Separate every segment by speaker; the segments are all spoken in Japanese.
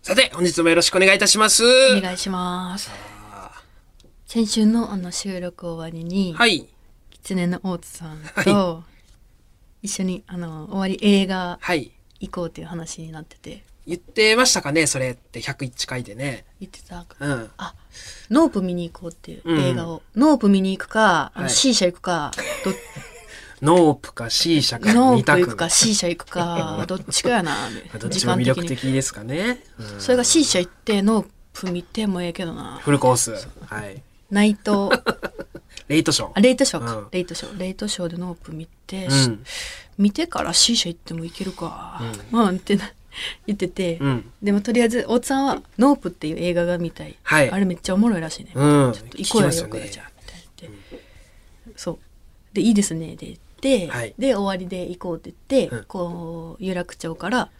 Speaker 1: さて、本日もよろしくお願いいたします。
Speaker 2: お願いします。先週のあの収録終わりに、
Speaker 1: はい。
Speaker 2: 狐の大津さんと一緒にあの終わり映画
Speaker 1: はい。
Speaker 2: 行こうっていう話になってて
Speaker 1: 言ってましたかねそれって101回でね。
Speaker 2: 言ってた
Speaker 1: うん。
Speaker 2: あノープ見に行こうっていう
Speaker 1: うん
Speaker 2: 映画を、ノープ見に行くかあ
Speaker 1: は
Speaker 2: の
Speaker 1: い
Speaker 2: C 社行くか、どっ
Speaker 1: ノープか C 社か
Speaker 2: ノ
Speaker 1: 2
Speaker 2: ープ
Speaker 1: 択
Speaker 2: 行くか C 社行く かどっちかやな
Speaker 1: どっ
Speaker 2: 時
Speaker 1: ちも魅
Speaker 2: 間的
Speaker 1: 力
Speaker 2: に
Speaker 1: 的ですかね。うん
Speaker 2: それが C 社行ってノープ見てもええけどな
Speaker 1: フルコース。はい。
Speaker 2: ナイト
Speaker 1: レイトショ
Speaker 2: あ
Speaker 1: ー。
Speaker 2: レイトショーか、
Speaker 1: うん
Speaker 2: レイトショーレイトショーでノープ見て、
Speaker 1: うん。
Speaker 2: 見てから C 社行ってもいけるか、うん、ってな言ってて、
Speaker 1: うん。
Speaker 2: でもとりあえず大津さんは「ノープ」っていう映画が見たい、
Speaker 1: はい
Speaker 2: あれめっちゃおもろいらしいね、
Speaker 1: うん。
Speaker 2: 行こうよ
Speaker 1: 聞き
Speaker 2: 横田ちゃんみたいな言って、そうでいいですねで言って、
Speaker 1: はい
Speaker 2: で終わりで行こうって言って、
Speaker 1: うん
Speaker 2: こう有楽町から、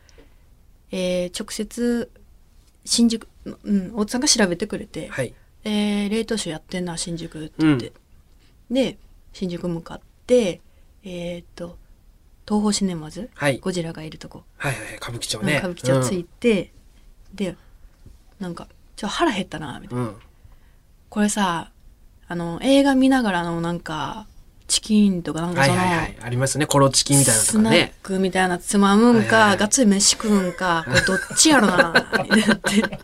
Speaker 2: えー直接新宿うん大津さんが調べてくれて、
Speaker 1: はい。
Speaker 2: えー、冷凍酒やってんな新宿って言って、で新宿向かってえーっと東宝シネマズ、
Speaker 1: はい
Speaker 2: ゴジラがいるとこ、
Speaker 1: はいはいはい。歌舞伎町
Speaker 2: うん
Speaker 1: ね。
Speaker 2: 歌舞伎町着いて、でなんか「ちょ腹減ったな」みたいな、
Speaker 1: うん。うん。
Speaker 2: これさあの映画見ながらのなんかチキンとかなんか
Speaker 1: はい
Speaker 2: そ
Speaker 1: は
Speaker 2: の、
Speaker 1: いはい。ありますね。コロチキみたいなのと
Speaker 2: ス
Speaker 1: か
Speaker 2: ナッ
Speaker 1: ね。
Speaker 2: クみたいなつまむ
Speaker 1: は
Speaker 2: んか、
Speaker 1: いはいはい
Speaker 2: がっつり飯食うんかこれどっちやろなみたいなって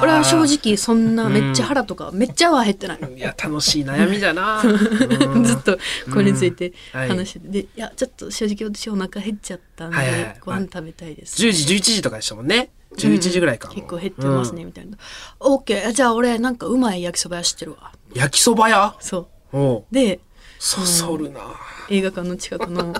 Speaker 2: 俺は正直そんなめっちゃ腹とか、めっちゃは減ってない
Speaker 1: 直。いや、楽しい悩みだ な。うん
Speaker 2: ずっとこれについて
Speaker 1: うんはい
Speaker 2: 話してて、でいやちょっと正直私お腹減っちゃったんで、
Speaker 1: はいはいはい
Speaker 2: ご飯食べたいです。
Speaker 1: 10時、11時とかでしたもんね。11時ぐらいか。
Speaker 2: 結構減ってますね、みたいな。オッケーじゃあ俺なんかうまい焼きそば屋知ってるわ。
Speaker 1: うん。焼きそば屋
Speaker 2: そ
Speaker 1: おう
Speaker 2: う。で
Speaker 1: そそるな。
Speaker 2: 映画館の近く
Speaker 1: う
Speaker 2: の
Speaker 1: ん。う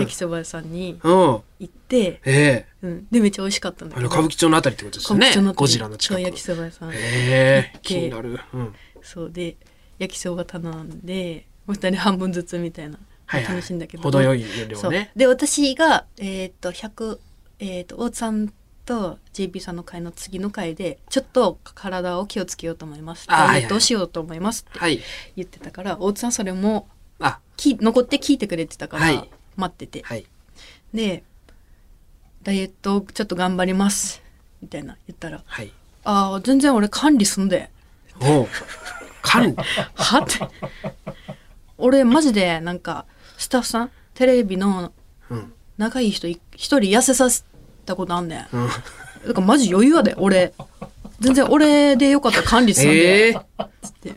Speaker 2: 焼
Speaker 1: ん
Speaker 2: き。そば屋さんに
Speaker 1: え
Speaker 2: 行って、
Speaker 1: え
Speaker 2: うん、でめっちゃ美味しかったんだ
Speaker 1: あ
Speaker 2: け
Speaker 1: の、
Speaker 2: ど。
Speaker 1: 歌舞伎町のあたりってことですよね
Speaker 2: 歌舞伎町の。
Speaker 1: ゴジラの近く。
Speaker 2: そう
Speaker 1: え
Speaker 2: 焼きそば屋さん。
Speaker 1: え
Speaker 2: 行って
Speaker 1: 気になる。うん。
Speaker 2: そうで焼きそば頼んでもう二人半分ずつみたいな、
Speaker 1: はいはい
Speaker 2: 楽しいんだけど
Speaker 1: 程よい量
Speaker 2: そう
Speaker 1: ね
Speaker 2: で私がえーっと100えーっと大津さんと JP さんの会の次の会でちょっと体を気をつけようと思います
Speaker 1: あーはいはい
Speaker 2: ダイエットをしようと思いますって
Speaker 1: はい。
Speaker 2: 言ってたから、大津さんそれも
Speaker 1: あ、
Speaker 2: き残って聞いてくれてたから、
Speaker 1: はい
Speaker 2: 待ってて
Speaker 1: はい。
Speaker 2: でダイエットをちょっと頑張りますみたいな言ったら
Speaker 1: はい。
Speaker 2: 「ああ全然俺管理すんで」
Speaker 1: おう。 管理。
Speaker 2: はって俺マジでなんかスタッフさんテレビの
Speaker 1: うん。
Speaker 2: 仲いい人い一人痩せさせたことあんねん
Speaker 1: うん。
Speaker 2: だからマジ余裕やで俺全然俺でよかったら管理するん
Speaker 1: え
Speaker 2: で、
Speaker 1: え
Speaker 2: つって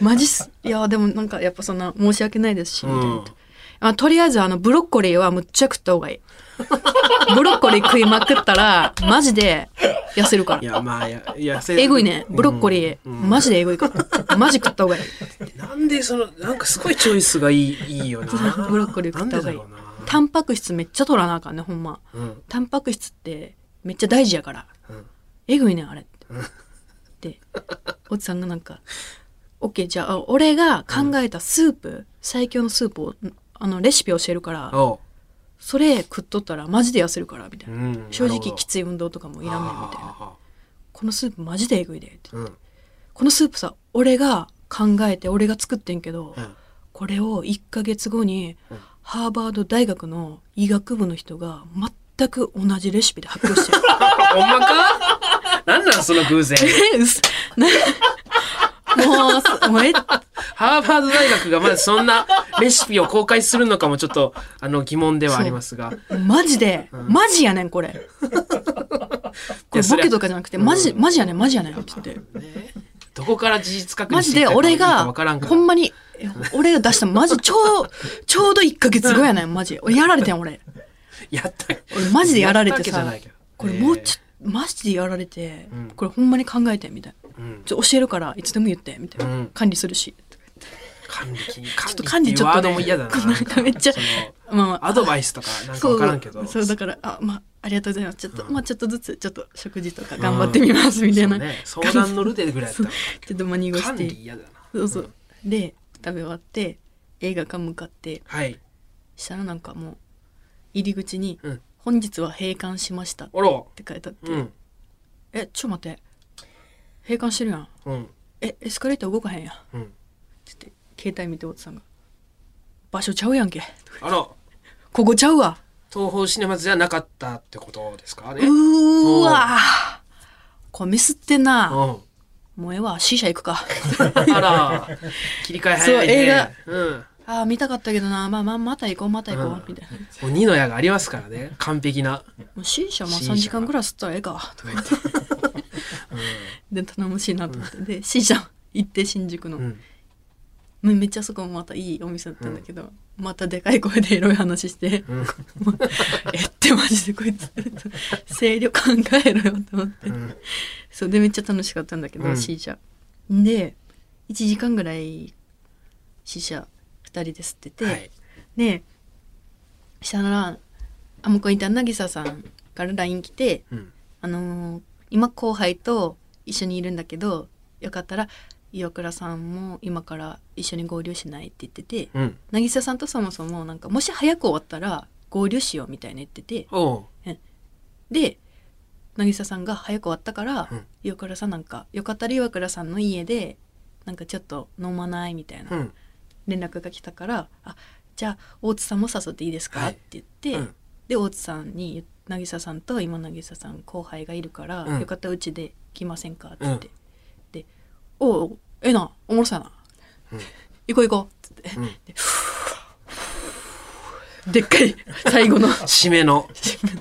Speaker 2: マジっすいやでもなんかやっぱそんな申し訳ないですしみたいな、
Speaker 1: うん
Speaker 2: まあ、とりあえずあのブロッコリーはむっちゃ食った方がい いブロッコリー食いまくったらマジで痩せるから
Speaker 1: いや、まあ、や、いや、せ
Speaker 2: えぐいねブロッコリー、
Speaker 1: うん
Speaker 2: マジでえぐいから マジ食った方がいい
Speaker 1: なんで、その、なんかすごいチョイスがいい、いいよな。
Speaker 2: ブロッコリー食った方がいい
Speaker 1: なんでだろうな
Speaker 2: タンパク質めっちゃ取らなあかんねほんま
Speaker 1: うん。
Speaker 2: タンパク質ってめっちゃ大事やから
Speaker 1: うん。
Speaker 2: えぐいねんあれってでおじさんがなんか「オッケーじゃあ俺が考えたスープ、最強のスープをあのレシピ教えるから
Speaker 1: おう。
Speaker 2: それ食っとったらマジで痩せるから」みたいな、
Speaker 1: うんな
Speaker 2: 正
Speaker 1: るほ
Speaker 2: 直
Speaker 1: ど
Speaker 2: きつい運動とかもいらんねんみたいな
Speaker 1: あ
Speaker 2: 「このスープマジでえぐいで」って
Speaker 1: ーうん。
Speaker 2: このスープさ俺が考えて俺が作ってんけど、
Speaker 1: うん
Speaker 2: これを1ヶ月後に、ハーバード大学の医学部の人が全く同じレシピで発表してる。
Speaker 1: ほんまかなんなんその偶然。
Speaker 2: え 嘘なもうす、もうえ、
Speaker 1: ハーバード大学がまだそんなレシピを公開するのかもちょっとあの疑問ではありますが。
Speaker 2: マジで、マジやねん、これ。これ
Speaker 1: そ
Speaker 2: ボ
Speaker 1: りゃ
Speaker 2: ケとかじゃなくて、マジ、マジやねん、マジやねん、って言って。
Speaker 1: ねどこから事実確認
Speaker 2: マジで俺が
Speaker 1: わからん、か
Speaker 2: ほんまに、え俺が出した、マジちょう、ちょうど1ヶ月後やねん、マジ。俺やられてん、俺。
Speaker 1: やった。
Speaker 2: 俺マジでやられて
Speaker 1: やったわ
Speaker 2: さ
Speaker 1: けじゃないけど
Speaker 2: これもうちょマジでやられて、
Speaker 1: ん
Speaker 2: これほんまに考えてみたいな、
Speaker 1: うん
Speaker 2: ちょ教えるからいつでも言ってみたいな、
Speaker 1: うん
Speaker 2: 管理するし
Speaker 1: 管理金。
Speaker 2: ちょっと管理ちょっと、
Speaker 1: で
Speaker 2: ね、
Speaker 1: も嫌だな。
Speaker 2: こう なんかめっちゃ
Speaker 1: その
Speaker 2: まあまあ
Speaker 1: アドバイスとかなんかわからんけど。
Speaker 2: そうだからあまあありがとうございますちょっと、まあちょっとずつちょっと食事とか頑張ってみますみたいな、
Speaker 1: そうね相談乗るでぐらいだったらわかる
Speaker 2: ちょっとマ
Speaker 1: け
Speaker 2: ニゴ
Speaker 1: ど。
Speaker 2: し
Speaker 1: 管
Speaker 2: て
Speaker 1: 理嫌だな。
Speaker 2: そうそう、で食べ終わって映画館向かって
Speaker 1: はい。
Speaker 2: したらなんかもう入り口に
Speaker 1: うん
Speaker 2: 「本日は閉館しました」っ
Speaker 1: あら。
Speaker 2: て書いてあって、
Speaker 1: うん。
Speaker 2: えちょ待って閉館してるやん
Speaker 1: うん。
Speaker 2: えエスカレーター動かへんやん
Speaker 1: うん。
Speaker 2: つって携帯見ておっさんが「場所ちゃうやんけ
Speaker 1: あら。
Speaker 2: ここちゃうわ
Speaker 1: 東方シネマズじゃなかったってことですかね。
Speaker 2: うーわーこれミスってんな
Speaker 1: うん
Speaker 2: もうええわ C 社行 くか
Speaker 1: あら、切り替え早いね。うん。も
Speaker 2: あー見たかったけどなまあまあまた行こうまた行こう、
Speaker 1: うん
Speaker 2: みたいな
Speaker 1: う二の矢がありますからね。完璧な。
Speaker 2: もう C 社まあ
Speaker 1: C 社
Speaker 2: 3時間ぐらい吸ったらええかとか言ってで頼もしいなと思って、で C 社行って新宿の、
Speaker 1: うん。
Speaker 2: めめっちゃそこもまたいいお店だったんだけど、またでかい声でいろいろ話して、
Speaker 1: うん。
Speaker 2: もう えってマジでこいつ 声量考えろよと思って、
Speaker 1: うん。
Speaker 2: そうでめっちゃ楽しかったんだけど、
Speaker 1: うん
Speaker 2: C 社で1時間ぐらい C 社2人で吸ってて、
Speaker 1: はい。
Speaker 2: でしたらあ向こうにいた渚さんから LINE 来て
Speaker 1: うん。
Speaker 2: あのー今後輩と一緒にいるんだけどよかったら岩倉さんも今から一緒に合流しないって言ってて
Speaker 1: うん。
Speaker 2: 渚さんとそもそもなんかもし早く終わったら合流しようみたいな言ってて
Speaker 1: おう。
Speaker 2: で渚さんが早く終わったから、
Speaker 1: うん
Speaker 2: 岩倉さんなんかよかったら岩倉さんの家でなんかちょっと飲まないみたいな
Speaker 1: うん。
Speaker 2: 連絡が来たから「あじゃあ大津さんも誘っていいですか
Speaker 1: はい
Speaker 2: って言って、
Speaker 1: うん
Speaker 2: で大津さんに渚さんと今渚さん後輩がいるから、
Speaker 1: うん
Speaker 2: よかったらうちで来ませんかって言って、で「おうええなおもろそうやな、
Speaker 1: うん
Speaker 2: 行こう行こう」っつって、
Speaker 1: うん
Speaker 2: ででっかい最後の
Speaker 1: 締めの。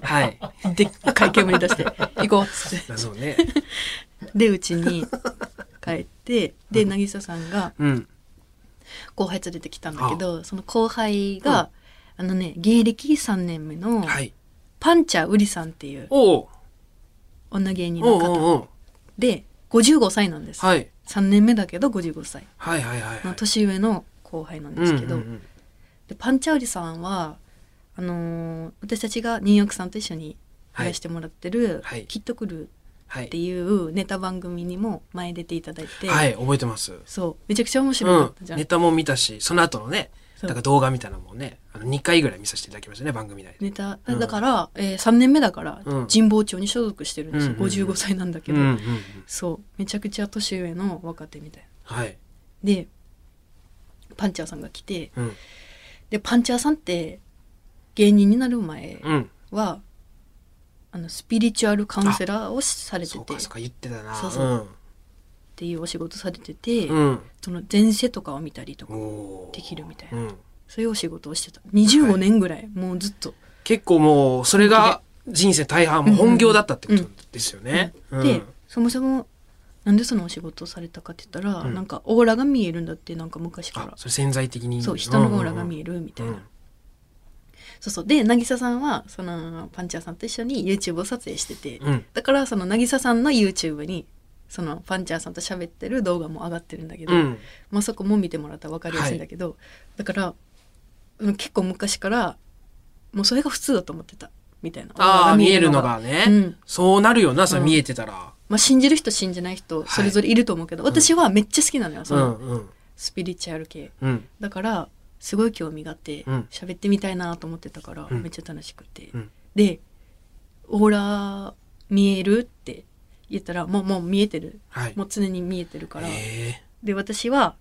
Speaker 1: はい。
Speaker 2: でっかい煙出して「行こう」っつって
Speaker 1: だそうね。
Speaker 2: でうちに帰ってで渚さんが「
Speaker 1: うん。
Speaker 2: 後輩連れてきたんだけどその後輩が、あのね芸歴3年目の
Speaker 1: はい。
Speaker 2: パンチャーウリさんっていう
Speaker 1: おう。
Speaker 2: 女芸人
Speaker 1: お
Speaker 2: の
Speaker 1: う
Speaker 2: 方
Speaker 1: おうおう。
Speaker 2: で55歳なんです、
Speaker 1: はい。
Speaker 2: 3年目だけど55歳
Speaker 1: はいはいはいは
Speaker 2: の
Speaker 1: い。
Speaker 2: 年上の後輩なんですけど、
Speaker 1: うんうんうん
Speaker 2: でパンチャーウリさんはあのー私たちがニューヨークさんと一緒にやらせてもらってる「
Speaker 1: はい
Speaker 2: キットクルー」
Speaker 1: は
Speaker 2: って
Speaker 1: い。
Speaker 2: いうネタ番組にも前出ていただいて、
Speaker 1: はい、覚えてます。う
Speaker 2: そうめちゃくちゃ面白か
Speaker 1: ん
Speaker 2: ったじ。ゃん、
Speaker 1: ネタも見たし、その後のね、
Speaker 2: そう
Speaker 1: なんか動画みたいなのもね、あの2回ぐらい見させていただきましたね、番組内で。
Speaker 2: ネタ
Speaker 1: うん
Speaker 2: だから、えー3年目だから
Speaker 1: うん
Speaker 2: 神保町に所属してるんですよ、
Speaker 1: うんうんうん
Speaker 2: 55歳なんだけど、
Speaker 1: うんうんうん。
Speaker 2: そうめちゃくちゃ年上の若手みたいな
Speaker 1: はい。
Speaker 2: でパンチャーさんが来て
Speaker 1: うん。
Speaker 2: でパンチャーさんって芸人になる前
Speaker 1: うん。
Speaker 2: はあのスピリチュアルカウンセラーをされて
Speaker 1: そう
Speaker 2: てっ
Speaker 1: かそうか言ってたな。
Speaker 2: そうそていうお仕事されてて、
Speaker 1: うん。うん。
Speaker 2: その前世とかを見たりとか
Speaker 1: おー
Speaker 2: できるみたいな、
Speaker 1: うん。
Speaker 2: そういうお仕事をしてた25年ぐらい、もうずっと
Speaker 1: 結構もうそれが人生大半もう本業だったってことですよね。うん
Speaker 2: でそもそもなんでそのお仕事をされたかって言ったら、
Speaker 1: うん
Speaker 2: なんかオーラが見えるんだってなんか昔か
Speaker 1: あ
Speaker 2: ら
Speaker 1: それ潜在的に
Speaker 2: そう人のオーラが見え
Speaker 1: る
Speaker 2: るみたいな、
Speaker 1: うん
Speaker 2: そうそうで渚さんはそのパンチャーさんと一緒に YouTube を撮影してて、
Speaker 1: うん
Speaker 2: だからその渚さんの YouTube にそのパンチャーさんと喋ってる動画も上がってるんだけど、
Speaker 1: うん
Speaker 2: まあ、そこも見てもらったら分かりやすいんだけど、だからうん結構昔からもうそれが普通だと思ってたみたいな
Speaker 1: ああ見えるの
Speaker 2: が
Speaker 1: がね、
Speaker 2: うん
Speaker 1: そうなるよなそれ
Speaker 2: うん
Speaker 1: 見えてたら、
Speaker 2: まあ、信じる人信じない人それぞれいると思うけど、私はめっちゃ好きなのよ
Speaker 1: う
Speaker 2: そ
Speaker 1: ん、う
Speaker 2: の
Speaker 1: んうん
Speaker 2: スピリチュアル系
Speaker 1: うん
Speaker 2: だからすごい興味があって
Speaker 1: うん
Speaker 2: 喋ってみたいなと思ってたから、
Speaker 1: うん
Speaker 2: めっちゃ楽しくて、
Speaker 1: うん
Speaker 2: で「オーラ見える?」って言ったらもうもう見えてる
Speaker 1: はい
Speaker 2: もう常に見えてるから、
Speaker 1: ええ
Speaker 2: で私は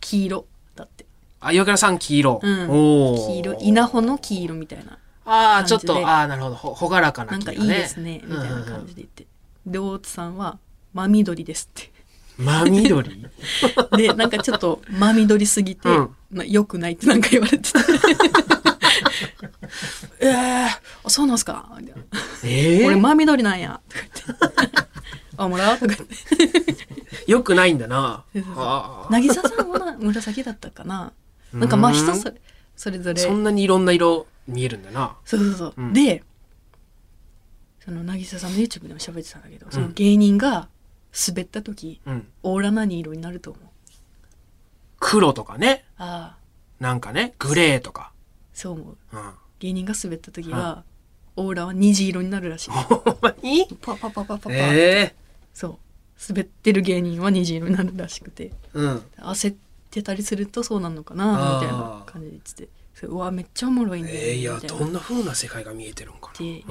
Speaker 2: 黄色だって
Speaker 1: あ岩倉さん黄色、
Speaker 2: うん
Speaker 1: おー
Speaker 2: 黄色稲穂の黄色みたいな
Speaker 1: ああちょっ
Speaker 2: 感じ
Speaker 1: と
Speaker 2: で
Speaker 1: ああなるほどほほがらかな
Speaker 2: なんか
Speaker 1: 黄
Speaker 2: い
Speaker 1: 色
Speaker 2: いですねみたいな感じで言って、で大津さんは「真緑です」っ
Speaker 1: うんう
Speaker 2: て。
Speaker 1: んうん真 緑
Speaker 2: でなんかちょっと真緑すぎて、
Speaker 1: うん
Speaker 2: なよくないってなんか言わ れてたえー、あそうなんすかみたいな
Speaker 1: ええ
Speaker 2: 俺真緑なんやとか 言って「あもらう?」とか言って
Speaker 1: よくないんだ な
Speaker 2: そうそうそう
Speaker 1: あー
Speaker 2: 渚さんもな紫だったかななんかまあ人それそれぞれ
Speaker 1: そんなにいろんな色見えるんだな
Speaker 2: そうそうそう、
Speaker 1: うん
Speaker 2: でその渚さんの YouTube でも喋ってたんだけど、その芸人が滑った時
Speaker 1: うん
Speaker 2: オーラ何色になると思う
Speaker 1: 黒とかね
Speaker 2: ああ
Speaker 1: なんかねグレーとか、
Speaker 2: そう思
Speaker 1: う
Speaker 2: う
Speaker 1: ん、
Speaker 2: 芸人が滑った時は、オーラは虹色になるらしい
Speaker 1: ほんまに
Speaker 2: パパパパパパ、
Speaker 1: ええ
Speaker 2: そう滑ってる芸人は虹色になるらしくて
Speaker 1: うん
Speaker 2: 焦ってたりするとそうなのかな
Speaker 1: あー
Speaker 2: みたいな感じで言っててそれうわめっちゃおもろいね
Speaker 1: えー、いや
Speaker 2: みたいな
Speaker 1: ど
Speaker 2: っ
Speaker 1: んな風な世界が見えてるんかな。
Speaker 2: て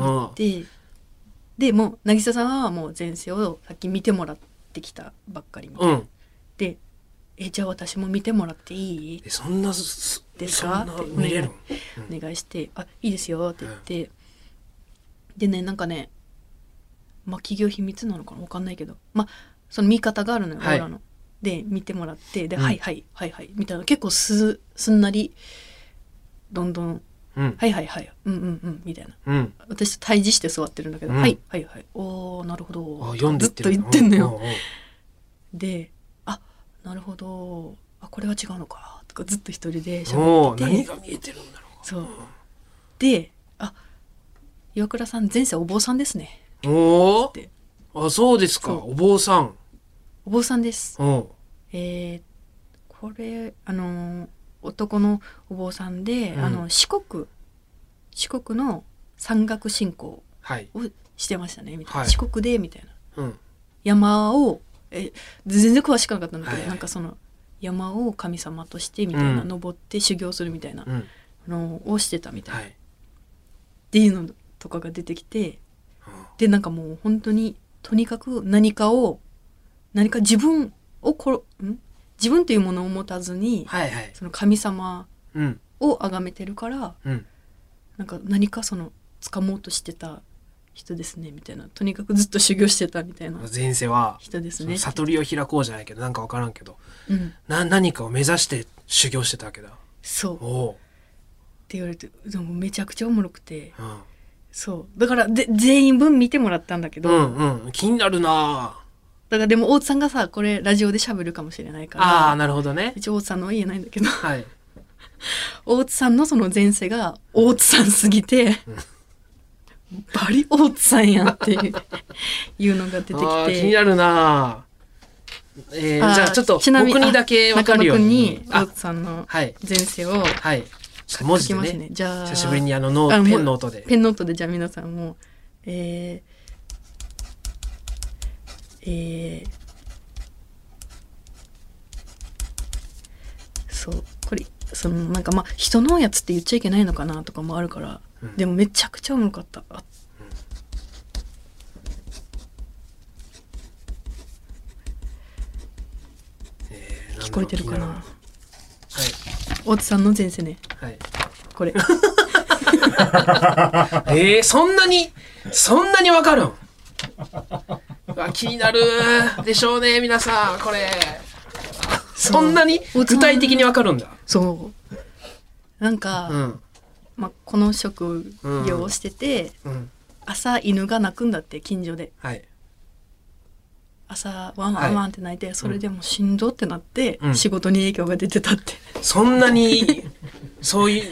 Speaker 2: 言って、でもう渚さんはもう前世をさっき見てもらってきたばっかりみたい
Speaker 1: うん、
Speaker 2: な、
Speaker 1: うん、
Speaker 2: でえじゃあ私も見てもらっていい
Speaker 1: えそんなすす
Speaker 2: です
Speaker 1: そん
Speaker 2: か?」
Speaker 1: な
Speaker 2: ってお
Speaker 1: 見れ
Speaker 2: 願い
Speaker 1: る
Speaker 2: お願いして「あいいですよ」って言って、でねなんかねまあ企業秘密なのかなわかんないけどまあその見方があるのよ、
Speaker 1: はい
Speaker 2: オーラの。で見てもらってで「
Speaker 1: うん
Speaker 2: はいはいはいはい」みたいな結構すすんなりどんどん
Speaker 1: うん
Speaker 2: 「はいはいはいうんうんうん」みたいな
Speaker 1: うん
Speaker 2: 私対峙して座ってるんだけど「
Speaker 1: うん
Speaker 2: はいはいはいおーなるほど」
Speaker 1: あ読んでい
Speaker 2: ずっ
Speaker 1: って
Speaker 2: と
Speaker 1: る
Speaker 2: 言ってんのよ。
Speaker 1: うう
Speaker 2: で「あなるほどあこれは違うのか」とかずっと一人で
Speaker 1: うんおお
Speaker 2: 喋っ
Speaker 1: 何
Speaker 2: てて
Speaker 1: が見えてるんだろ
Speaker 2: そうで「あ岩倉さん前世お坊さんですね
Speaker 1: うお
Speaker 2: って
Speaker 1: おあそうですか
Speaker 2: そう
Speaker 1: お坊さん
Speaker 2: お坊さんです
Speaker 1: うん」
Speaker 2: えー、これあのー男のお坊さんで、
Speaker 1: うん
Speaker 2: あの四国四国の山岳信仰
Speaker 1: はい
Speaker 2: をしてましたねみたいな、
Speaker 1: はい
Speaker 2: 四国でみたいな
Speaker 1: うん
Speaker 2: 山をえ全然詳しくなかったんだけど、
Speaker 1: はいはい
Speaker 2: なんかその山を神様としてみたいな、
Speaker 1: うん
Speaker 2: 登って修行するみたいな
Speaker 1: うん
Speaker 2: のをしてたみたいな、
Speaker 1: は
Speaker 2: っ
Speaker 1: い
Speaker 2: ていうのとかが出てきて
Speaker 1: うん
Speaker 2: でなんかもう本当にとにかく何かを何か自分をこん自分というものを持たずに、
Speaker 1: はいはい
Speaker 2: その神様
Speaker 1: うん
Speaker 2: を崇めてるから
Speaker 1: うん
Speaker 2: なんか何かその掴もうとしてた人ですねみたいなとにかくずっと修行してたみたいな
Speaker 1: 前世は
Speaker 2: 人です
Speaker 1: その
Speaker 2: ね。
Speaker 1: 悟りを開こうじゃないけどなんか分からんけど
Speaker 2: うん、
Speaker 1: な何かを目指して修行してたわけだ
Speaker 2: そう
Speaker 1: おお
Speaker 2: って言われてでもめちゃくちゃおもろくて
Speaker 1: う、うん
Speaker 2: そうだからで全員分見てもらったんだけど、
Speaker 1: うんうん気になるな
Speaker 2: だからでも大津さんがさこれラジオで喋るかもしれないから
Speaker 1: ああーなるほどね
Speaker 2: 一応大津さんのは言えないんだけど
Speaker 1: はい
Speaker 2: 大津さんのその前世が大津さんすぎて、バリ大津さんやんっていういうのが出てき
Speaker 1: あー気に
Speaker 2: て。
Speaker 1: なるなえー、じゃあちょっと
Speaker 2: ちなみ
Speaker 1: 僕にだけ分かるように
Speaker 2: 中野くん
Speaker 1: あ
Speaker 2: に大津さんの
Speaker 1: はい
Speaker 2: 前世を
Speaker 1: はいちょっと文
Speaker 2: 書
Speaker 1: 字
Speaker 2: き
Speaker 1: で
Speaker 2: ます
Speaker 1: ね
Speaker 2: ね。じゃあ
Speaker 1: 久しぶりにあのノー
Speaker 2: あもう
Speaker 1: ペンの音で
Speaker 2: ペンノートでじゃあ皆さんも、えーえーそうこれそのなんかまあ人のやつって言っちゃいけないのかなとかもあるから、
Speaker 1: うん
Speaker 2: でもめちゃくちゃ重かったあ
Speaker 1: えーなんだろう
Speaker 2: 聞こえてるか
Speaker 1: 気
Speaker 2: な
Speaker 1: にる
Speaker 2: 大津さんの前世ね
Speaker 1: はい
Speaker 2: これ
Speaker 1: はいえー、そんなにそんなに分かるんうわ気になるでしょうね皆さんこれそんなに具体的に分かるんだ
Speaker 2: そうなんか、
Speaker 1: うん
Speaker 2: まあ、この職業をしてて、
Speaker 1: うん
Speaker 2: 朝犬が鳴くんだって近所で
Speaker 1: はい
Speaker 2: 朝ワンワンワンって泣いて、それでもうしんどってなって、
Speaker 1: うん
Speaker 2: 仕事に影響が出てたって、
Speaker 1: そんなに、そう いう、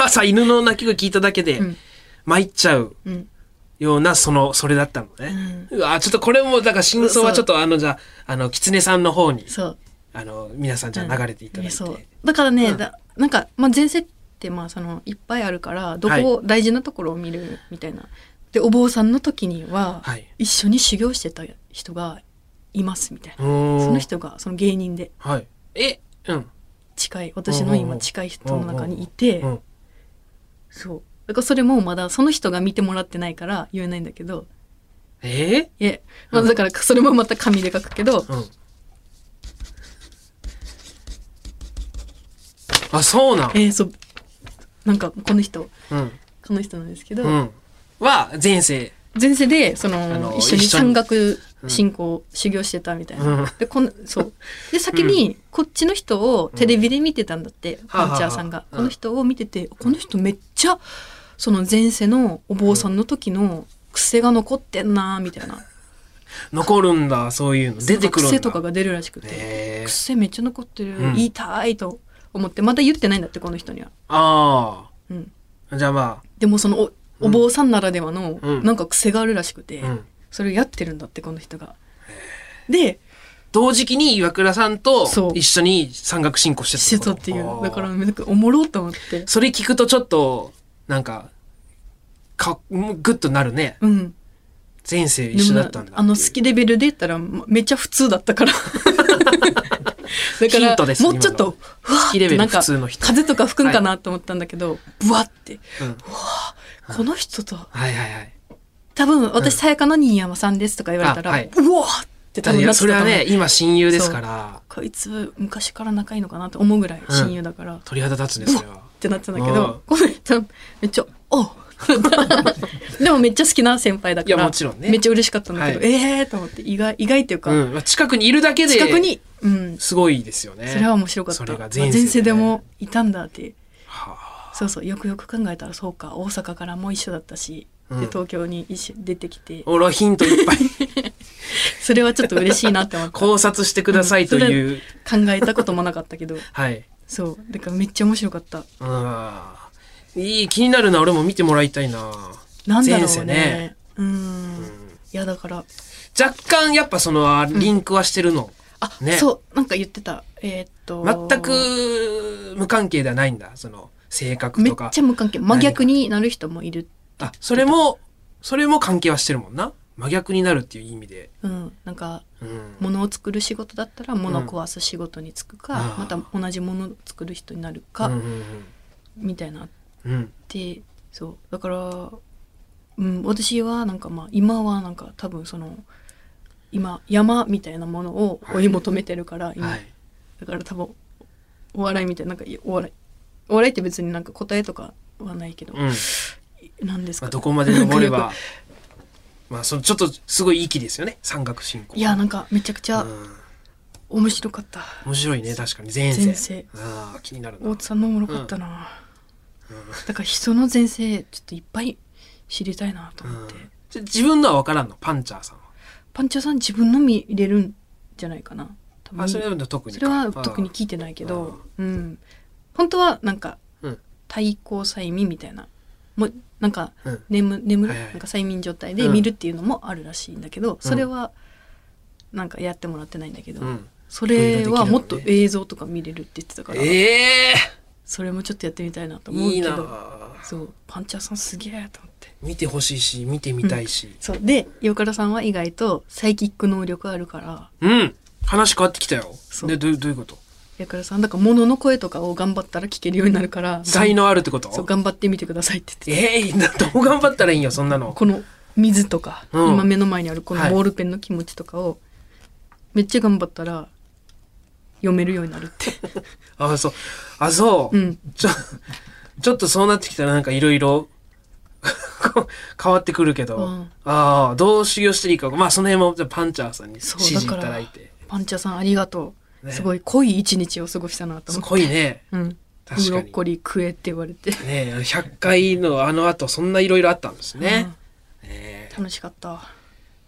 Speaker 1: 朝犬の鳴き声聞いただけで
Speaker 2: うん、
Speaker 1: 参っちゃう
Speaker 2: うん
Speaker 1: ような、その、それだったのね。うわ、ちょっとこれも、だから真相はちょっと、あの、じゃあ、あの、狐さんの方に、
Speaker 2: そう
Speaker 1: あの、皆さんじゃあ流れていただい
Speaker 2: ね
Speaker 1: て。
Speaker 2: そうだからね、
Speaker 1: うん
Speaker 2: だなんか、まあ、前世ってまあそのいっぱいあるからどこを、大事なところを見るみたいなでお坊さんの時には、
Speaker 1: はい
Speaker 2: 一緒に修行してた人がいますみたいな、
Speaker 1: うーん
Speaker 2: その人がその芸人で
Speaker 1: はい。え、うん。
Speaker 2: 近い私の今近い人の中にいて、
Speaker 1: うん。
Speaker 2: そうだからそれもまだその人が見てもらってないから言えないんだけど
Speaker 1: え
Speaker 2: いえ、まあ、だからそれもまた紙で書くけど、
Speaker 1: うん。あ、そうなん。
Speaker 2: えー、そうなんかこの人
Speaker 1: うん。
Speaker 2: この人なんですけど、
Speaker 1: うん。は、前世。
Speaker 2: 前世でその、
Speaker 1: あの
Speaker 2: 一緒に
Speaker 1: 一緒に
Speaker 2: 山岳信仰、修行してたみたいな、
Speaker 1: うん
Speaker 2: でこのそうで先にこっちの人をテレビで見てたんだって、
Speaker 1: はあはあ
Speaker 2: パンチャーさんが、
Speaker 1: うん
Speaker 2: この人を見てて、この人めっちゃその前世のお坊さんの時の癖が残ってんなーみたいな
Speaker 1: 残るんだ、そういうの。出てくるんだ。
Speaker 2: 癖とかが出るらしくて、
Speaker 1: えー、
Speaker 2: 癖めっちゃ残ってる、
Speaker 1: うん
Speaker 2: 言いたいと思ってまた言ってないんだってこの人には。
Speaker 1: あ
Speaker 2: うん
Speaker 1: あ。じゃあま
Speaker 2: でもそのお
Speaker 1: うん
Speaker 2: お坊さんならではの
Speaker 1: うん
Speaker 2: なんか癖があるらしくて、
Speaker 1: あ、うん。
Speaker 2: それをやってるんだってこの人が。で
Speaker 1: 同時期に岩倉さんと
Speaker 2: そう
Speaker 1: 一緒に山岳進行してた
Speaker 2: してた
Speaker 1: こ
Speaker 2: っ
Speaker 1: と
Speaker 2: てい
Speaker 1: あ
Speaker 2: う
Speaker 1: ー
Speaker 2: だからなんかおもろと思って
Speaker 1: それ聞くとちょっとなんかかグッとなるね
Speaker 2: うん
Speaker 1: 前世
Speaker 2: で
Speaker 1: 一緒
Speaker 2: も
Speaker 1: だ
Speaker 2: な
Speaker 1: ったんだ
Speaker 2: あの好きレベルで言ったらまめっちゃ普通だったか らだか
Speaker 1: ヒン
Speaker 2: ら
Speaker 1: トです
Speaker 2: もうちょっとふわ
Speaker 1: 好き
Speaker 2: ー
Speaker 1: レ
Speaker 2: っ
Speaker 1: ベ
Speaker 2: てな
Speaker 1: ル
Speaker 2: んか
Speaker 1: 普
Speaker 2: 風
Speaker 1: 通の人、
Speaker 2: とか吹くんかなと思ったんだけど、ぶわって
Speaker 1: うん
Speaker 2: この人と
Speaker 1: はいはいはい
Speaker 2: 多分私さやかの新山さんですとか言われたら、
Speaker 1: あはいう
Speaker 2: わーって
Speaker 1: た
Speaker 2: 多
Speaker 1: だ
Speaker 2: 分
Speaker 1: いや
Speaker 2: なってた
Speaker 1: そ
Speaker 2: と
Speaker 1: れ
Speaker 2: 思う
Speaker 1: はね今親友ですから
Speaker 2: こいつ昔から仲いいのかなって思うぐらい親友だから、っ
Speaker 1: 鳥肌立つねそれは
Speaker 2: てなってたんだけど、この人めっちゃ「おう でもめっちゃ好きな先輩だから
Speaker 1: いやもちろんね
Speaker 2: めっちゃ嬉しかったんだけど、
Speaker 1: は
Speaker 2: ええー、と思って意外意外っていうか、
Speaker 1: うんまあ、近くにいるだけで
Speaker 2: 近くに、うん、
Speaker 1: すごいですよね
Speaker 2: それは面白かった、
Speaker 1: それが
Speaker 2: まあ
Speaker 1: 前世,、
Speaker 2: 前世でもいたんだって
Speaker 1: は
Speaker 2: そうそうよくよく考えたらそうか大阪からもう一緒だったし、
Speaker 1: うん
Speaker 2: で東京に一緒出てきて
Speaker 1: あおらヒントいっ ぱい
Speaker 2: それはちょっと嬉しいなっ て思った考
Speaker 1: 考察してくださいという、
Speaker 2: えたこともなかったけど
Speaker 1: はい
Speaker 2: そうだからめっちゃ面白かった
Speaker 1: あーいい気になるな俺も見てもらいたいな
Speaker 2: なんだろ
Speaker 1: 前世
Speaker 2: うね
Speaker 1: ね
Speaker 2: うーんいやだから
Speaker 1: 若干やっぱそのあリンクはしてるの、
Speaker 2: あ、
Speaker 1: ね
Speaker 2: そうなんか言ってたえーっと
Speaker 1: 全く無関係ではないんだその性格
Speaker 2: めっ
Speaker 1: とか
Speaker 2: ちゃ無関係真逆になる人もいる
Speaker 1: あそれもそれも関係はしてるもんな真逆になるっていう意味で、
Speaker 2: うんなんか
Speaker 1: うん、
Speaker 2: 物を作る仕事だったら物を壊す仕事に就くか、
Speaker 1: うん
Speaker 2: また同じものを作る人になるか、
Speaker 1: うんうん
Speaker 2: みたいな
Speaker 1: うんうん
Speaker 2: でそうだから、うん、私はなんかまあ今はなんか多分その今山みたいなものを追い求めてるから、今
Speaker 1: はい
Speaker 2: だから多分お笑いみたいななんかお笑いお笑いって別になんか答えとかはないけど、
Speaker 1: うん
Speaker 2: なんです
Speaker 1: ま
Speaker 2: か、
Speaker 1: あ、どこまで登れ
Speaker 2: なん
Speaker 1: ば
Speaker 2: かよ
Speaker 1: まあそのちょっとすごい息ですよね山岳信仰
Speaker 2: くいやなんかめちゃくちゃ
Speaker 1: うん
Speaker 2: 面白かった、
Speaker 1: 面白いね確かに前世
Speaker 2: 前世
Speaker 1: ああ気になる
Speaker 2: 大
Speaker 1: な
Speaker 2: 津さんのおもろかったな、だから人の前世ちょっといっぱい知りたいなと思って、
Speaker 1: うんじゃ自分のは分からんのパンチャーさんは
Speaker 2: パンチャーさん自分のみ入れるんじゃないかな多分
Speaker 1: あそれは特に
Speaker 2: そ
Speaker 1: か
Speaker 2: れは特に聞いてないけど、うん、本当はなんか
Speaker 1: うん
Speaker 2: 対抗催眠みたいなもうなんか
Speaker 1: うん
Speaker 2: 眠眠る、
Speaker 1: はいはい
Speaker 2: なんか催眠状態で見るっていうのもあるらしいんだけど、それはなんかやってもらってないんだけど、
Speaker 1: うん
Speaker 2: それはもっ
Speaker 1: い
Speaker 2: と
Speaker 1: ろいろできるの
Speaker 2: 映像とか見れるって言ってたから、
Speaker 1: ええ
Speaker 2: それもちょっとやってみたいなと思う
Speaker 1: い
Speaker 2: け
Speaker 1: い
Speaker 2: ど
Speaker 1: な
Speaker 2: そうパンチャーさんすげえと思って
Speaker 1: 見てほしいし見てみたいし
Speaker 2: そうでヨカラさんは意外とサイキック能力あるから
Speaker 1: うん、話変わってきたよ
Speaker 2: そう
Speaker 1: でどうどういうこと
Speaker 2: ヨカラさんだから物の声とかを頑張ったら聞けるようになるから
Speaker 1: 才能あるってこと
Speaker 2: そう頑張ってみてくださいって言ってた
Speaker 1: ええどう頑張ったらいいんよそんなの
Speaker 2: この水とか、
Speaker 1: うん
Speaker 2: 今目の前にあるこの
Speaker 1: はい
Speaker 2: ボールペンの気持ちとかをめっちゃ頑張ったら読めるようになるって
Speaker 1: あそうあ そう、
Speaker 2: うん
Speaker 1: ちょ ちょっとそうなってきたらなんかいろいろ 変わってくるけど、
Speaker 2: うん
Speaker 1: ああどう修行したらいいかまあその辺もじゃあパンチャーさんに指
Speaker 2: そうだ
Speaker 1: 示い
Speaker 2: か
Speaker 1: た
Speaker 2: ら
Speaker 1: だいて
Speaker 2: パンチャーさんありがとう、
Speaker 1: ね
Speaker 2: すごい濃い一日を過ごしたなと
Speaker 1: す
Speaker 2: 思って
Speaker 1: ごいね
Speaker 2: うん
Speaker 1: 確かに
Speaker 2: ブロッコリー食えって言われて、
Speaker 1: ねえ100回のあの後そんないろいろあったんですね、ねえ
Speaker 2: 楽しかった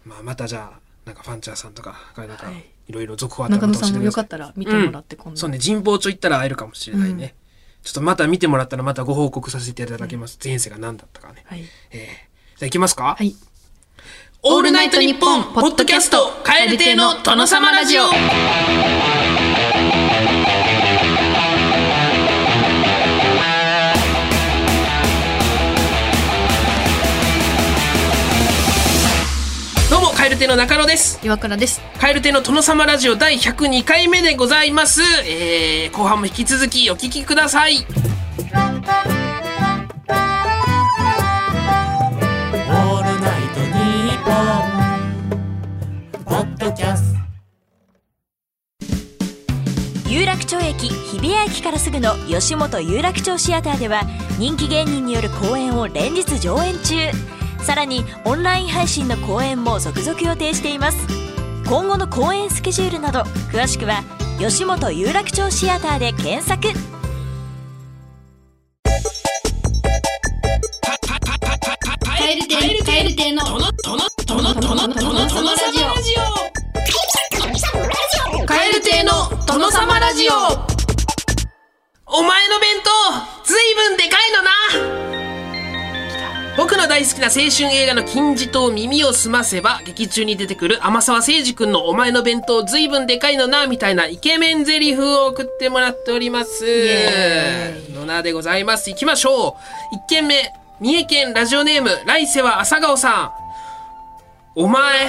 Speaker 1: まあまたじゃあなんかファンチャーさんとかからなんか
Speaker 2: はい
Speaker 1: いろいろ続報あった
Speaker 2: 中
Speaker 1: ら
Speaker 2: 野
Speaker 1: また
Speaker 2: さん
Speaker 1: 教えて
Speaker 2: も
Speaker 1: くださ
Speaker 2: よか
Speaker 1: い
Speaker 2: ったら見てもらって今
Speaker 1: そ
Speaker 2: 度、
Speaker 1: うね神保町行ったら会えるかもしれないね、ちょっとまた見てもらったらまたご報告させていただきます、前世が何だったかね、
Speaker 2: はい、
Speaker 1: ええじゃあ行きますか、
Speaker 2: はい、
Speaker 1: オールナイトニッポンポッドキャスト蛙亭の殿様ラジオどうも蛙亭の中野です
Speaker 2: 岩倉です
Speaker 1: 蛙亭の殿様ラジオ第102回目でございます、えー、後半も引き続きお聞きください
Speaker 3: オールナイトニッポン」ポッドキャスト
Speaker 4: 有楽町駅日比谷駅からすぐの吉本有楽町シアターでは人気芸人による公演を連日上演中さらにオンライン配信の公演も続々予定しています今後の公演スケジュールなど詳しくは吉本有楽町シアターで検索
Speaker 1: 蛙亭の殿様ラジオお前の弁当ずいぶんでかいのな僕の大好きな青春映画の金字塔耳をすませば劇中に出てくる天沢誠二君のお前の弁当ずいぶんでかいのなみたいなイケメンゼリフを送ってもらっておりますのなでございます行きましょう一軒目三重県ラジオネーム来世は朝顔さんお前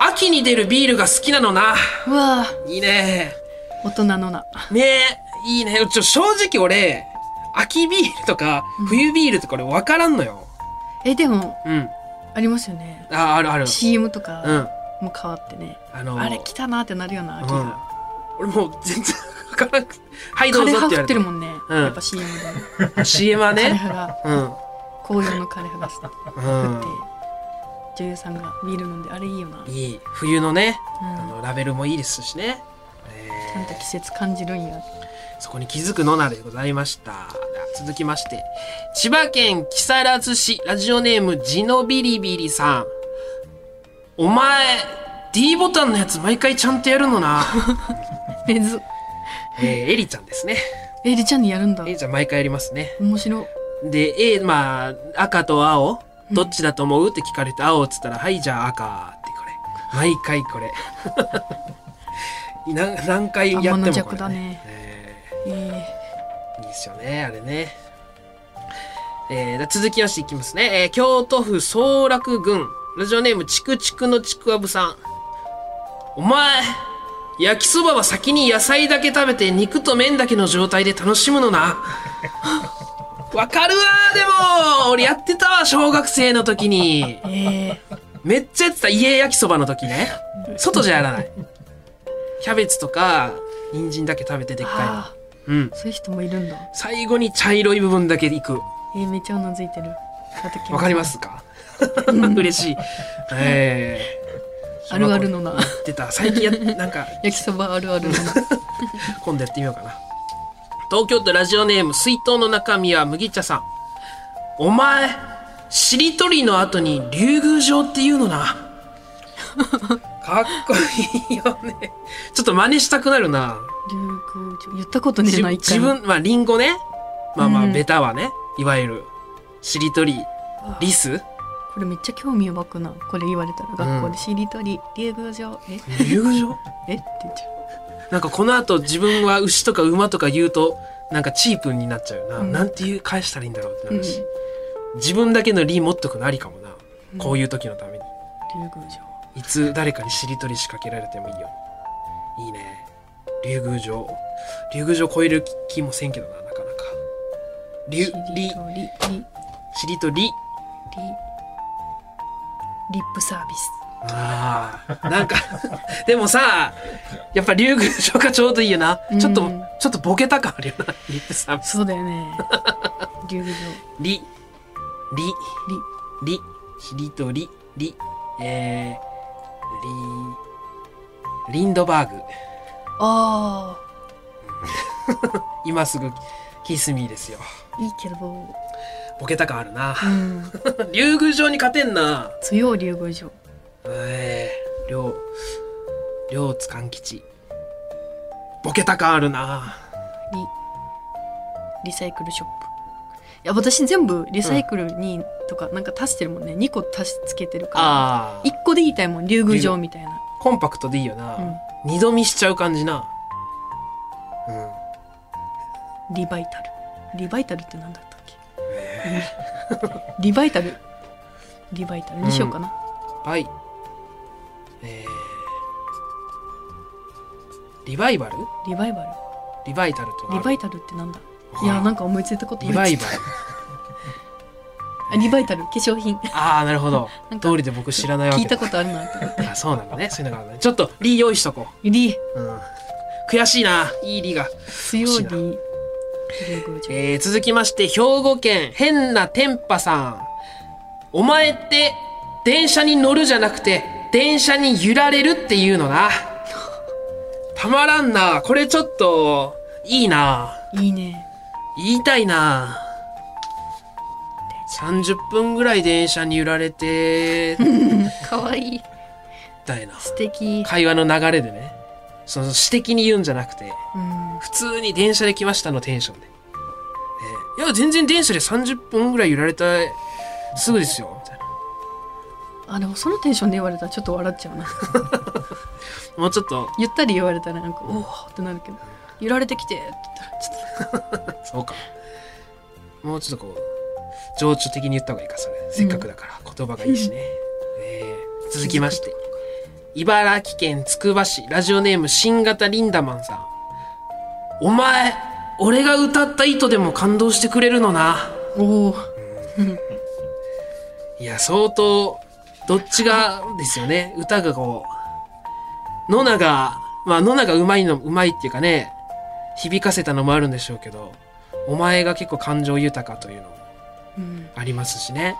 Speaker 1: 秋に出るビールが好きなのな
Speaker 2: うわ
Speaker 1: いいね
Speaker 2: ー大人のな
Speaker 1: ねえ、いいね。ちょ、正直俺、秋ビールとか、冬ビールとか俺分からんのよ。
Speaker 2: えでも
Speaker 1: うん。
Speaker 2: ありますよね
Speaker 1: あ、あるある。
Speaker 2: CM と
Speaker 1: う
Speaker 2: か
Speaker 1: ん。
Speaker 2: も変わってね、
Speaker 1: あのー
Speaker 2: あれ来たなってなるような秋
Speaker 1: うん
Speaker 2: が、
Speaker 1: 俺もう全然わからなくてはいどう
Speaker 2: 枯
Speaker 1: ぞ
Speaker 2: 葉
Speaker 1: って言
Speaker 2: 振
Speaker 1: わ
Speaker 2: ってる
Speaker 1: れ
Speaker 2: もんね、
Speaker 1: うん
Speaker 2: やっぱ CM で
Speaker 1: て CM は
Speaker 2: 枯
Speaker 1: ね
Speaker 2: 葉が
Speaker 1: うん
Speaker 2: 紅葉の枯葉がしたって
Speaker 1: う
Speaker 2: 女優さんがビール飲んであれいいよな、うんん、
Speaker 1: いい冬のねあ
Speaker 2: ち
Speaker 1: のラベルもいいですしね、えー
Speaker 2: ゃんと季節感じるんや
Speaker 1: そこに気づくのなでございましたでは続きまして千葉県木更津市ラジオネームジノビリビリさんお前 D ボタンのやつ毎回ちゃんとやるの な
Speaker 2: えず
Speaker 1: えー、エリちゃんですね
Speaker 2: えりちゃんにやるんだ
Speaker 1: エリちゃん毎回やりますね
Speaker 2: 面白
Speaker 1: で A まあ赤と青どっちだと思うって聞かれて青っつったら「はいじゃあ赤」ってこれ毎回こ れ 何何回やってもこれ、
Speaker 2: 天の弱だね
Speaker 1: えー
Speaker 2: いい
Speaker 1: いいですよね、あれね。えー続きましていきますね。えー京都府総楽郡、ラジオネームちくちくのちくわぶさん。お前、焼きそばは先に野菜だけ食べて肉と麺だけの状態で楽しむのな。 わかるわでも俺やってたわ、小学生の時に。
Speaker 2: ええ
Speaker 1: めっちゃやってた、家焼きそばの時ね。外じゃやらない。キャベツとか、人参だけ食べてでっか
Speaker 2: ああ
Speaker 1: いの。うん。
Speaker 2: そういう人もいるんだ
Speaker 1: 最後に茶色い部分だけいく。
Speaker 2: えー、めっちゃうなずいてるだって
Speaker 1: わかります か嬉しい。えー、
Speaker 2: あるあるのな
Speaker 1: やってた。最近や、なんか、
Speaker 2: 焼きそばあるあるの な
Speaker 1: 今度やってみようかな。東京都ラジオネーム、水筒の中身は麦茶さん。お前、しりとりの後に竜宮城って言うのな。 かっこいいよね。ちょっと真似したくなるな。
Speaker 2: 竜宮城言ったことねえな一
Speaker 1: 自
Speaker 2: 回も
Speaker 1: 分まあリンゴねまあまあ
Speaker 2: うん
Speaker 1: ベタはね、いわゆるしりとりリス
Speaker 2: これめっちゃ興味湧くなこれ言われたら学校でしりとり竜宮城え
Speaker 1: 竜宮城
Speaker 2: えって言っちゃう
Speaker 1: なんかこの後自分は牛とか馬とか言うとなんかチープになっちゃうな、
Speaker 2: うん
Speaker 1: なんていう返したらいいんだろうってなるし、
Speaker 2: う
Speaker 1: 自分だけのリ持っとくのありかもな、こういう時のために
Speaker 2: 竜宮城
Speaker 1: いつ誰かにしりとり仕掛けられてもいいようにいいね竜宮城竜宮城超える気もせんけどななかなか竜
Speaker 2: しり
Speaker 1: り
Speaker 2: とりり
Speaker 1: しりとり
Speaker 2: リリップサービス
Speaker 1: ああ、なんか、 でもさ、やっぱ竜宮城がちょうどいいよな。ちょっと、
Speaker 2: うん
Speaker 1: ちょっとボケた感あるよな。リップサービス。
Speaker 2: そうだよね 竜宮城
Speaker 1: リ、リ、
Speaker 2: リ
Speaker 1: リ、しりとり、リ、えー、リ、リンドバーグ。
Speaker 2: あ
Speaker 1: 今すぐ、キスミーですよ。
Speaker 2: あいいけど
Speaker 1: ボケた感あるな
Speaker 2: う。ん
Speaker 1: 竜宮城に勝てんな。
Speaker 2: 強い竜宮城
Speaker 1: えー、りょう、りょうつかんきち。ボケた感あるな。
Speaker 2: リリサイクルショップいや私全部リサイクルにとかなんか足してるもんね、2個足しつけてるか
Speaker 1: あー
Speaker 2: ら1個で言いたいもん竜宮城みたいな
Speaker 1: コンパクトでいいよな。
Speaker 2: うん
Speaker 1: 二度見しちゃう感じな。うん。
Speaker 2: リバイタルリバイタルって何だったっけ、リバイタルリバイタルにしようかな、
Speaker 1: はい。えー、リバイバル
Speaker 2: リバイバル
Speaker 1: リバイタルとかある
Speaker 2: リバイタルってなんだ
Speaker 1: わか
Speaker 2: い
Speaker 1: らん
Speaker 2: やなんか思いついたこと
Speaker 1: リバイバ
Speaker 2: ル
Speaker 1: ル。
Speaker 2: リバイタル化粧品
Speaker 1: ああ、なるほど
Speaker 2: なん。か
Speaker 1: 通りで僕知らないわけ
Speaker 2: 聞いたことあるなと思って
Speaker 1: あそうなんだね。そういうのがあるね。ちょっと、リー用意しとこ
Speaker 2: リ
Speaker 1: う。うん。悔しいな。いいリーが。
Speaker 2: 強いリ竜宮城
Speaker 1: えー、続きまして、兵庫県、変な天パさん。お前って、電車に乗るじゃなくて、電車に揺られるっていうのな。たまらんな。これちょっと、いいな。
Speaker 2: いいね
Speaker 1: 言いたいな。30分ぐらい電車に揺られて、み
Speaker 2: かわいい
Speaker 1: たいな。
Speaker 2: 素敵
Speaker 1: 会話の流れでね。その、私的に言うんじゃなくて、
Speaker 2: うん
Speaker 1: 普通に電車で来ましたのテンションで。えーいや、全然電車で30分ぐらい揺られた、すぐですよ、みたいな。
Speaker 2: あでもそのテンションで言われたらちょっと笑っちゃうな
Speaker 1: もうちょっと、
Speaker 2: ゆったり言われたらなんかおおってなるけど揺られてきてって言ったらちょっ
Speaker 1: そうか。もうちょっとこう、情緒的に言った方がいいか、それ。せっかくだから、言葉がいいしね。えー続きまして。茨城県つくば市、ラジオネーム新型リンダマンさん。お前、俺が歌った糸でも感動してくれるのな。
Speaker 2: とおお
Speaker 1: いや、相当、どっちがですよね。歌がこう、ノナが、まあ、野中うまいの、うまいっていうかね、響かせたのもあるんでしょうけど、お前が結構感情豊かというのも
Speaker 2: うん、
Speaker 1: ありますしね。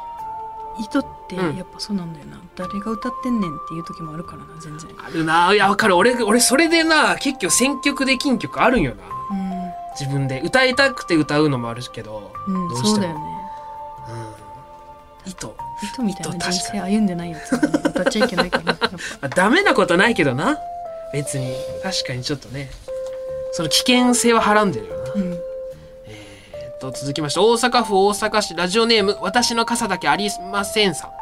Speaker 2: 糸って
Speaker 1: うん
Speaker 2: やっぱそうなんだよな、誰が歌ってんねんっていう時もあるからな全然
Speaker 1: あるなぁ。いや、わかる。俺、俺、それでな、結局選曲で金曲あるんよな。
Speaker 2: うん
Speaker 1: 自分で。歌いたくて歌うのもあるけど、
Speaker 2: うん、
Speaker 1: どう
Speaker 2: そ
Speaker 1: し
Speaker 2: う
Speaker 1: て
Speaker 2: だよね
Speaker 1: も。うん。糸。
Speaker 2: 糸みたい
Speaker 1: 糸確
Speaker 2: な
Speaker 1: かに
Speaker 2: 人生歩んでないやつはね歌っちゃい けないからねやっぱ
Speaker 1: まあダメなことないけどな。別に。確かにちょっとね。その危険性ははらんでるよな。
Speaker 2: うん
Speaker 1: えっと、続きまして、大阪府大阪市ラジオネーム、私の傘だけありませんさん。好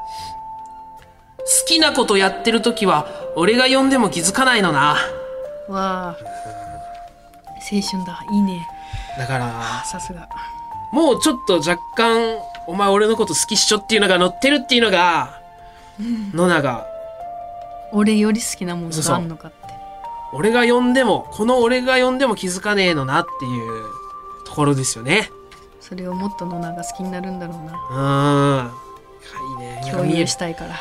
Speaker 1: きなことやってるときは、俺が呼んでも気づかないのな。
Speaker 2: わあ青春だいいね
Speaker 1: だから、
Speaker 2: さすが
Speaker 1: もうちょっと若干、お前俺のこと好きっしょっていうのが乗ってるっていうのが、野永、
Speaker 2: 俺より好きなものがあんのかって
Speaker 1: 俺が呼んでも、この俺が呼んでも気づかねえのなっていうところですよね。
Speaker 2: それをもっと野永が好きになるんだろうな
Speaker 1: うーん。いいね。
Speaker 2: 共有したいから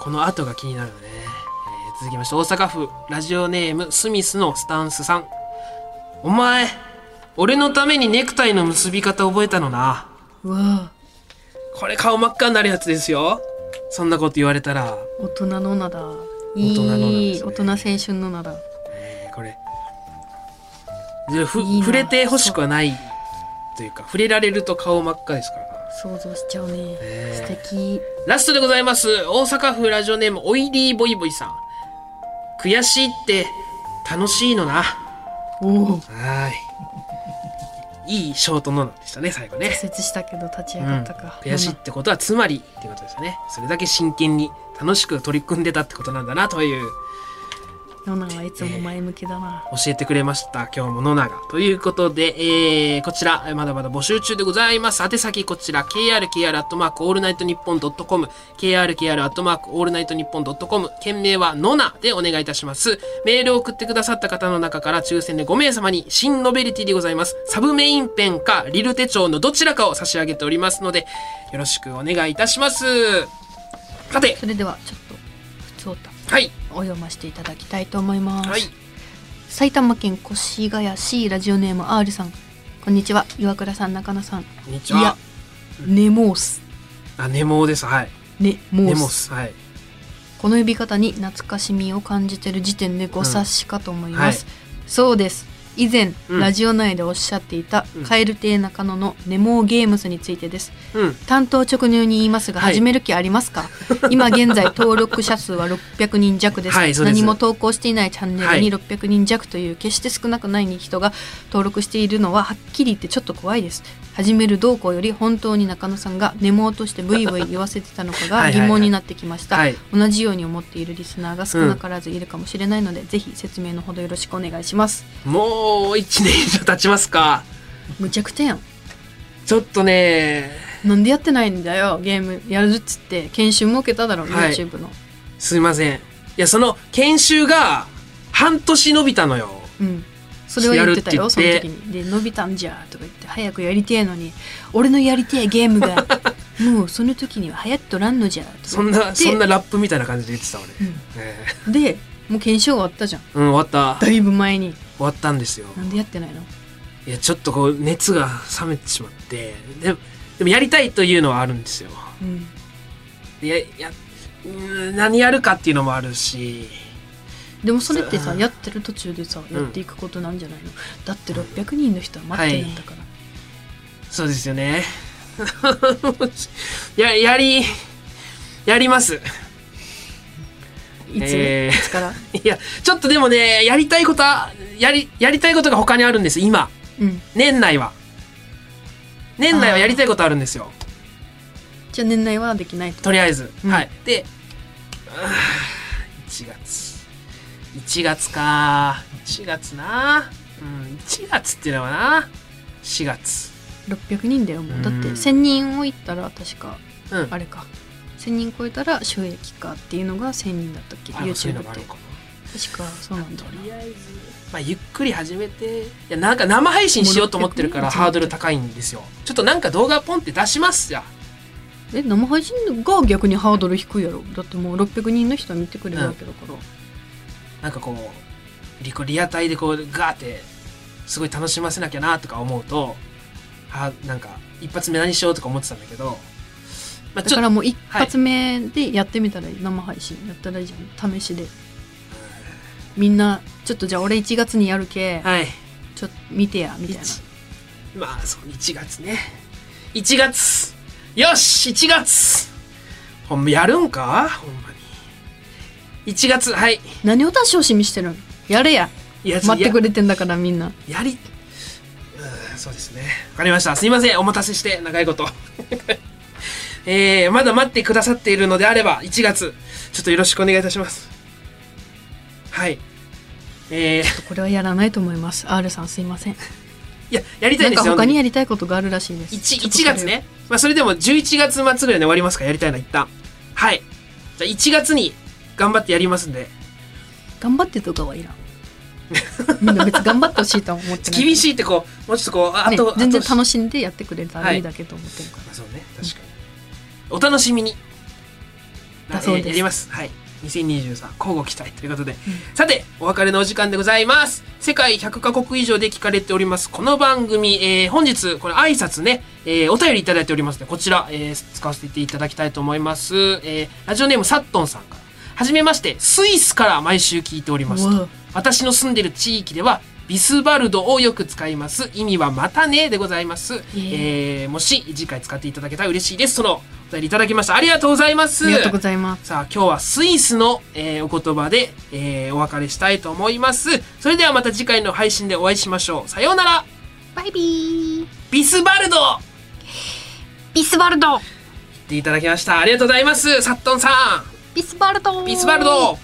Speaker 1: この後が気になるね、えー続きまして大阪府ラジオネームスミスのスタンスさんお前俺のためにネクタイの結び方覚えたのな
Speaker 2: うわあ
Speaker 1: これ顔真っ赤になるやつですよそんなこと言われたら、
Speaker 2: 大人の名だ
Speaker 1: 大人の名
Speaker 2: い
Speaker 1: で
Speaker 2: い
Speaker 1: す
Speaker 2: 大
Speaker 1: ね
Speaker 2: 人青春の名だ
Speaker 1: えーこれでふ
Speaker 2: いいな
Speaker 1: 触れてほしくはないというか触れられると顔真っ赤ですからな
Speaker 2: 想像しちゃうね
Speaker 1: え
Speaker 2: 素敵
Speaker 1: ラストでございます。大阪府ラジオネーム、オイリーボイボイさん。悔しいって、楽しいのな。
Speaker 2: おお
Speaker 1: はーい。いいショートノーナでしたね、最後ね。
Speaker 2: 挫折したけど立ち
Speaker 1: う
Speaker 2: 上
Speaker 1: ん
Speaker 2: がったか、
Speaker 1: 悔しいってことは、つまりってことですよね。それだけ真剣に楽しく取り組んでたってことなんだなという、
Speaker 2: 野永はいつも前向きだな、
Speaker 1: 教えてくれました。今日も野永。ということで、えー、こちら、えーまだまだ募集中でございます。宛先こちら、krkr.allnightnippon.com、krkr.allnightnippon.com、件名は野永でお願いいたします。メールを送ってくださった方の中から抽選で5名様に、新ノベリティでございます。サブメインペンか、リル手帳のどちらかを差し上げておりますので、よろしくお願いいたします。さて、
Speaker 2: それではちょっと普通歌
Speaker 1: はい、
Speaker 2: お読ませていただきたいと思います、
Speaker 1: はい、
Speaker 2: 埼玉県越谷市ラジオネーム R さんこんにちは岩倉さん中野さん
Speaker 1: こんにち
Speaker 2: いや
Speaker 1: は。
Speaker 2: ネモース
Speaker 1: あ、ネモです。はい。
Speaker 2: ネモー
Speaker 1: ネ
Speaker 2: ス
Speaker 1: モス。はい。
Speaker 2: この呼び方に懐かしみを感じてる時点でご察しかと思います、
Speaker 1: う
Speaker 2: そうです以前、
Speaker 1: うん
Speaker 2: ラジオ内でおっしゃっていた、
Speaker 1: うん
Speaker 2: カエル亭中野のネモーゲームスについてです
Speaker 1: うん。
Speaker 2: 担当直入に言いますが
Speaker 1: はい
Speaker 2: 始める気ありま すか、今現在登録者数は600人弱です,、
Speaker 1: はいそうです
Speaker 2: 何も投稿していないチャンネルに
Speaker 1: は
Speaker 2: 600人弱という決して少なくない人が登録しているのははっきり言ってちょっと怖いです始める動向より本当に中野さんがネモとしてブイブイ言わせてたのか
Speaker 1: は
Speaker 2: が
Speaker 1: いはい
Speaker 2: 疑
Speaker 1: はい
Speaker 2: 問になってきました
Speaker 1: はい
Speaker 2: 同じように思っているリスナーが少なからずいるかもしれないので、ぜひ説明のほどよろしくお願いします
Speaker 1: もう1年以上経ちますか。
Speaker 2: むちゃくちゃやん
Speaker 1: ちょっとね、
Speaker 2: なんでやってないんだよゲームやるっつって研修も受けただろ、
Speaker 1: はい
Speaker 2: YouTube の
Speaker 1: すいません。いや、その研修が半年伸びたのよ。
Speaker 2: うん、それを言ってた
Speaker 1: や
Speaker 2: よ
Speaker 1: るっ
Speaker 2: そ
Speaker 1: て言
Speaker 2: の
Speaker 1: って
Speaker 2: 時に「で伸びたんじゃ」とか言って「早くやりてえのに俺のやりてえゲー ムがもうその時には流行っとらんのじゃ」と
Speaker 1: そ
Speaker 2: か
Speaker 1: ん
Speaker 2: 言って
Speaker 1: な、そんなラップみたいな感じで言ってた俺。
Speaker 2: ん
Speaker 1: ええ
Speaker 2: でもう検証終わったじゃん
Speaker 1: うん、終わった。
Speaker 2: だいぶ前に
Speaker 1: 終わったんですよ。
Speaker 2: なんでやってないの
Speaker 1: いや、ちょっとこう、熱が冷めてしまって。でも、でもやりたいというのはあるんですよ。
Speaker 2: うん
Speaker 1: いや、いや、うーん何やるかっていうのもあるし。
Speaker 2: でもそれって
Speaker 1: そ
Speaker 2: さ
Speaker 1: う
Speaker 2: やってる途中でさ
Speaker 1: ん
Speaker 2: やっていくことなんじゃないの、だって600人の人は待ってるんだから、
Speaker 1: そうですよね。 や、やり、やります。
Speaker 2: い、つ、
Speaker 1: えー
Speaker 2: いつから
Speaker 1: いや、ちょっとでもね、やりたいことは、やり、やりたいことが他にあるんです、今。
Speaker 2: うん
Speaker 1: 年内は。年内はやりたいことあるんですよ。
Speaker 2: じゃあ年内はできないと
Speaker 1: とりあえず。
Speaker 2: うん
Speaker 1: はい。で、あー1月。1月か。1月な。うん、1月っていうのはな。4月。
Speaker 2: 600人だよもうだって
Speaker 1: うん
Speaker 2: 1000人をいったら確か
Speaker 1: うん。
Speaker 2: あれか1000人超えたら収益化っていうのが1000人だったっけ
Speaker 1: あそういう
Speaker 2: YouTube
Speaker 1: の
Speaker 2: って
Speaker 1: があるのか
Speaker 2: 確
Speaker 1: な。
Speaker 2: かそうなんだ
Speaker 1: と
Speaker 2: よ
Speaker 1: りあえず、まあ、ゆっくり始めていやなんか生配信しようと思ってるから
Speaker 2: もう600
Speaker 1: ハードル高いんですよちょっとなんか動画ポンって出しますや
Speaker 2: え生配信が逆にハードル低いやろだってもう600人の人は見てくれるわけだから、
Speaker 1: なんかこうリコリアタイでこうガーってすごい楽しませなきゃなとか思うとあなんか一発目何しようとか思ってたんだけど、まあ、
Speaker 2: だ
Speaker 1: ちょっ
Speaker 2: から
Speaker 1: と
Speaker 2: もう一発目でやってみたらいい、生配信やったらいいじゃん試しでみんなちょっとじゃあ俺1月にやるけ
Speaker 1: はい
Speaker 2: ちょっと見てやみたいな
Speaker 1: 一まあそう1月ね1月よし1月ほんまやるんかほんまに1月はい
Speaker 2: 何を出し惜しみしてるんやれや
Speaker 1: いやちょ
Speaker 2: 待って
Speaker 1: や
Speaker 2: くれてんだからみんな
Speaker 1: やりうんそうですねわかりましたすいませんお待たせして長いこと えー、まだ待ってくださっているのであれば1月ちょっとよろしくお願いいたしますはいえー、
Speaker 2: これはやらないと思います R さんすいません
Speaker 1: いややりた
Speaker 2: ないん
Speaker 1: で
Speaker 2: か
Speaker 1: すよ
Speaker 2: 他にやりたいことがあるらしいです
Speaker 1: 1,
Speaker 2: ちょっと
Speaker 1: 月
Speaker 2: それ
Speaker 1: ね、まあ、それでも11月末ぐらいで終わりますからやりたいな一旦はいじゃあ1月に頑張ってやりますんで
Speaker 2: 頑張ってとかはいらんみんな別に頑張ってほしいとは思って ない
Speaker 1: 厳しいってこうもうちょっとこうああ
Speaker 2: ね
Speaker 1: と、
Speaker 2: 全然
Speaker 1: あと
Speaker 2: 楽しんでやってくれたらいいだけと思ってるから、
Speaker 1: まあそうね確かにお楽しみに
Speaker 2: だそうで
Speaker 1: えー
Speaker 2: す
Speaker 1: やりますはい2023交互期待ということで、さてお別れのお時間でございます世界100カ国以上で聞かれておりますこの番組、えー本日これ挨拶ね、えーお便りいただいておりますのでこちら、えー使わせていただきたいと思います、えーラジオネームサットンさんからはじめましてスイスから毎週聞いております
Speaker 2: うわ
Speaker 1: と私の住んでる地域ではビスバルドをよく使います意味はまたねでございます、えーもし次回使っていただけたら嬉しいですそのお便りいただきましたありがとうございます
Speaker 2: ありがとうございます
Speaker 1: さあ今日はスイスの、えーお言葉で、えーお別れしたいと思いますそれではまた次回の配信でお会いしましょうさようなら
Speaker 2: バイビー
Speaker 1: ビスバルド言
Speaker 2: ビスバルド
Speaker 1: っていただきましたありがとうございますサットンさん
Speaker 2: ビスバルド
Speaker 1: ビスバルド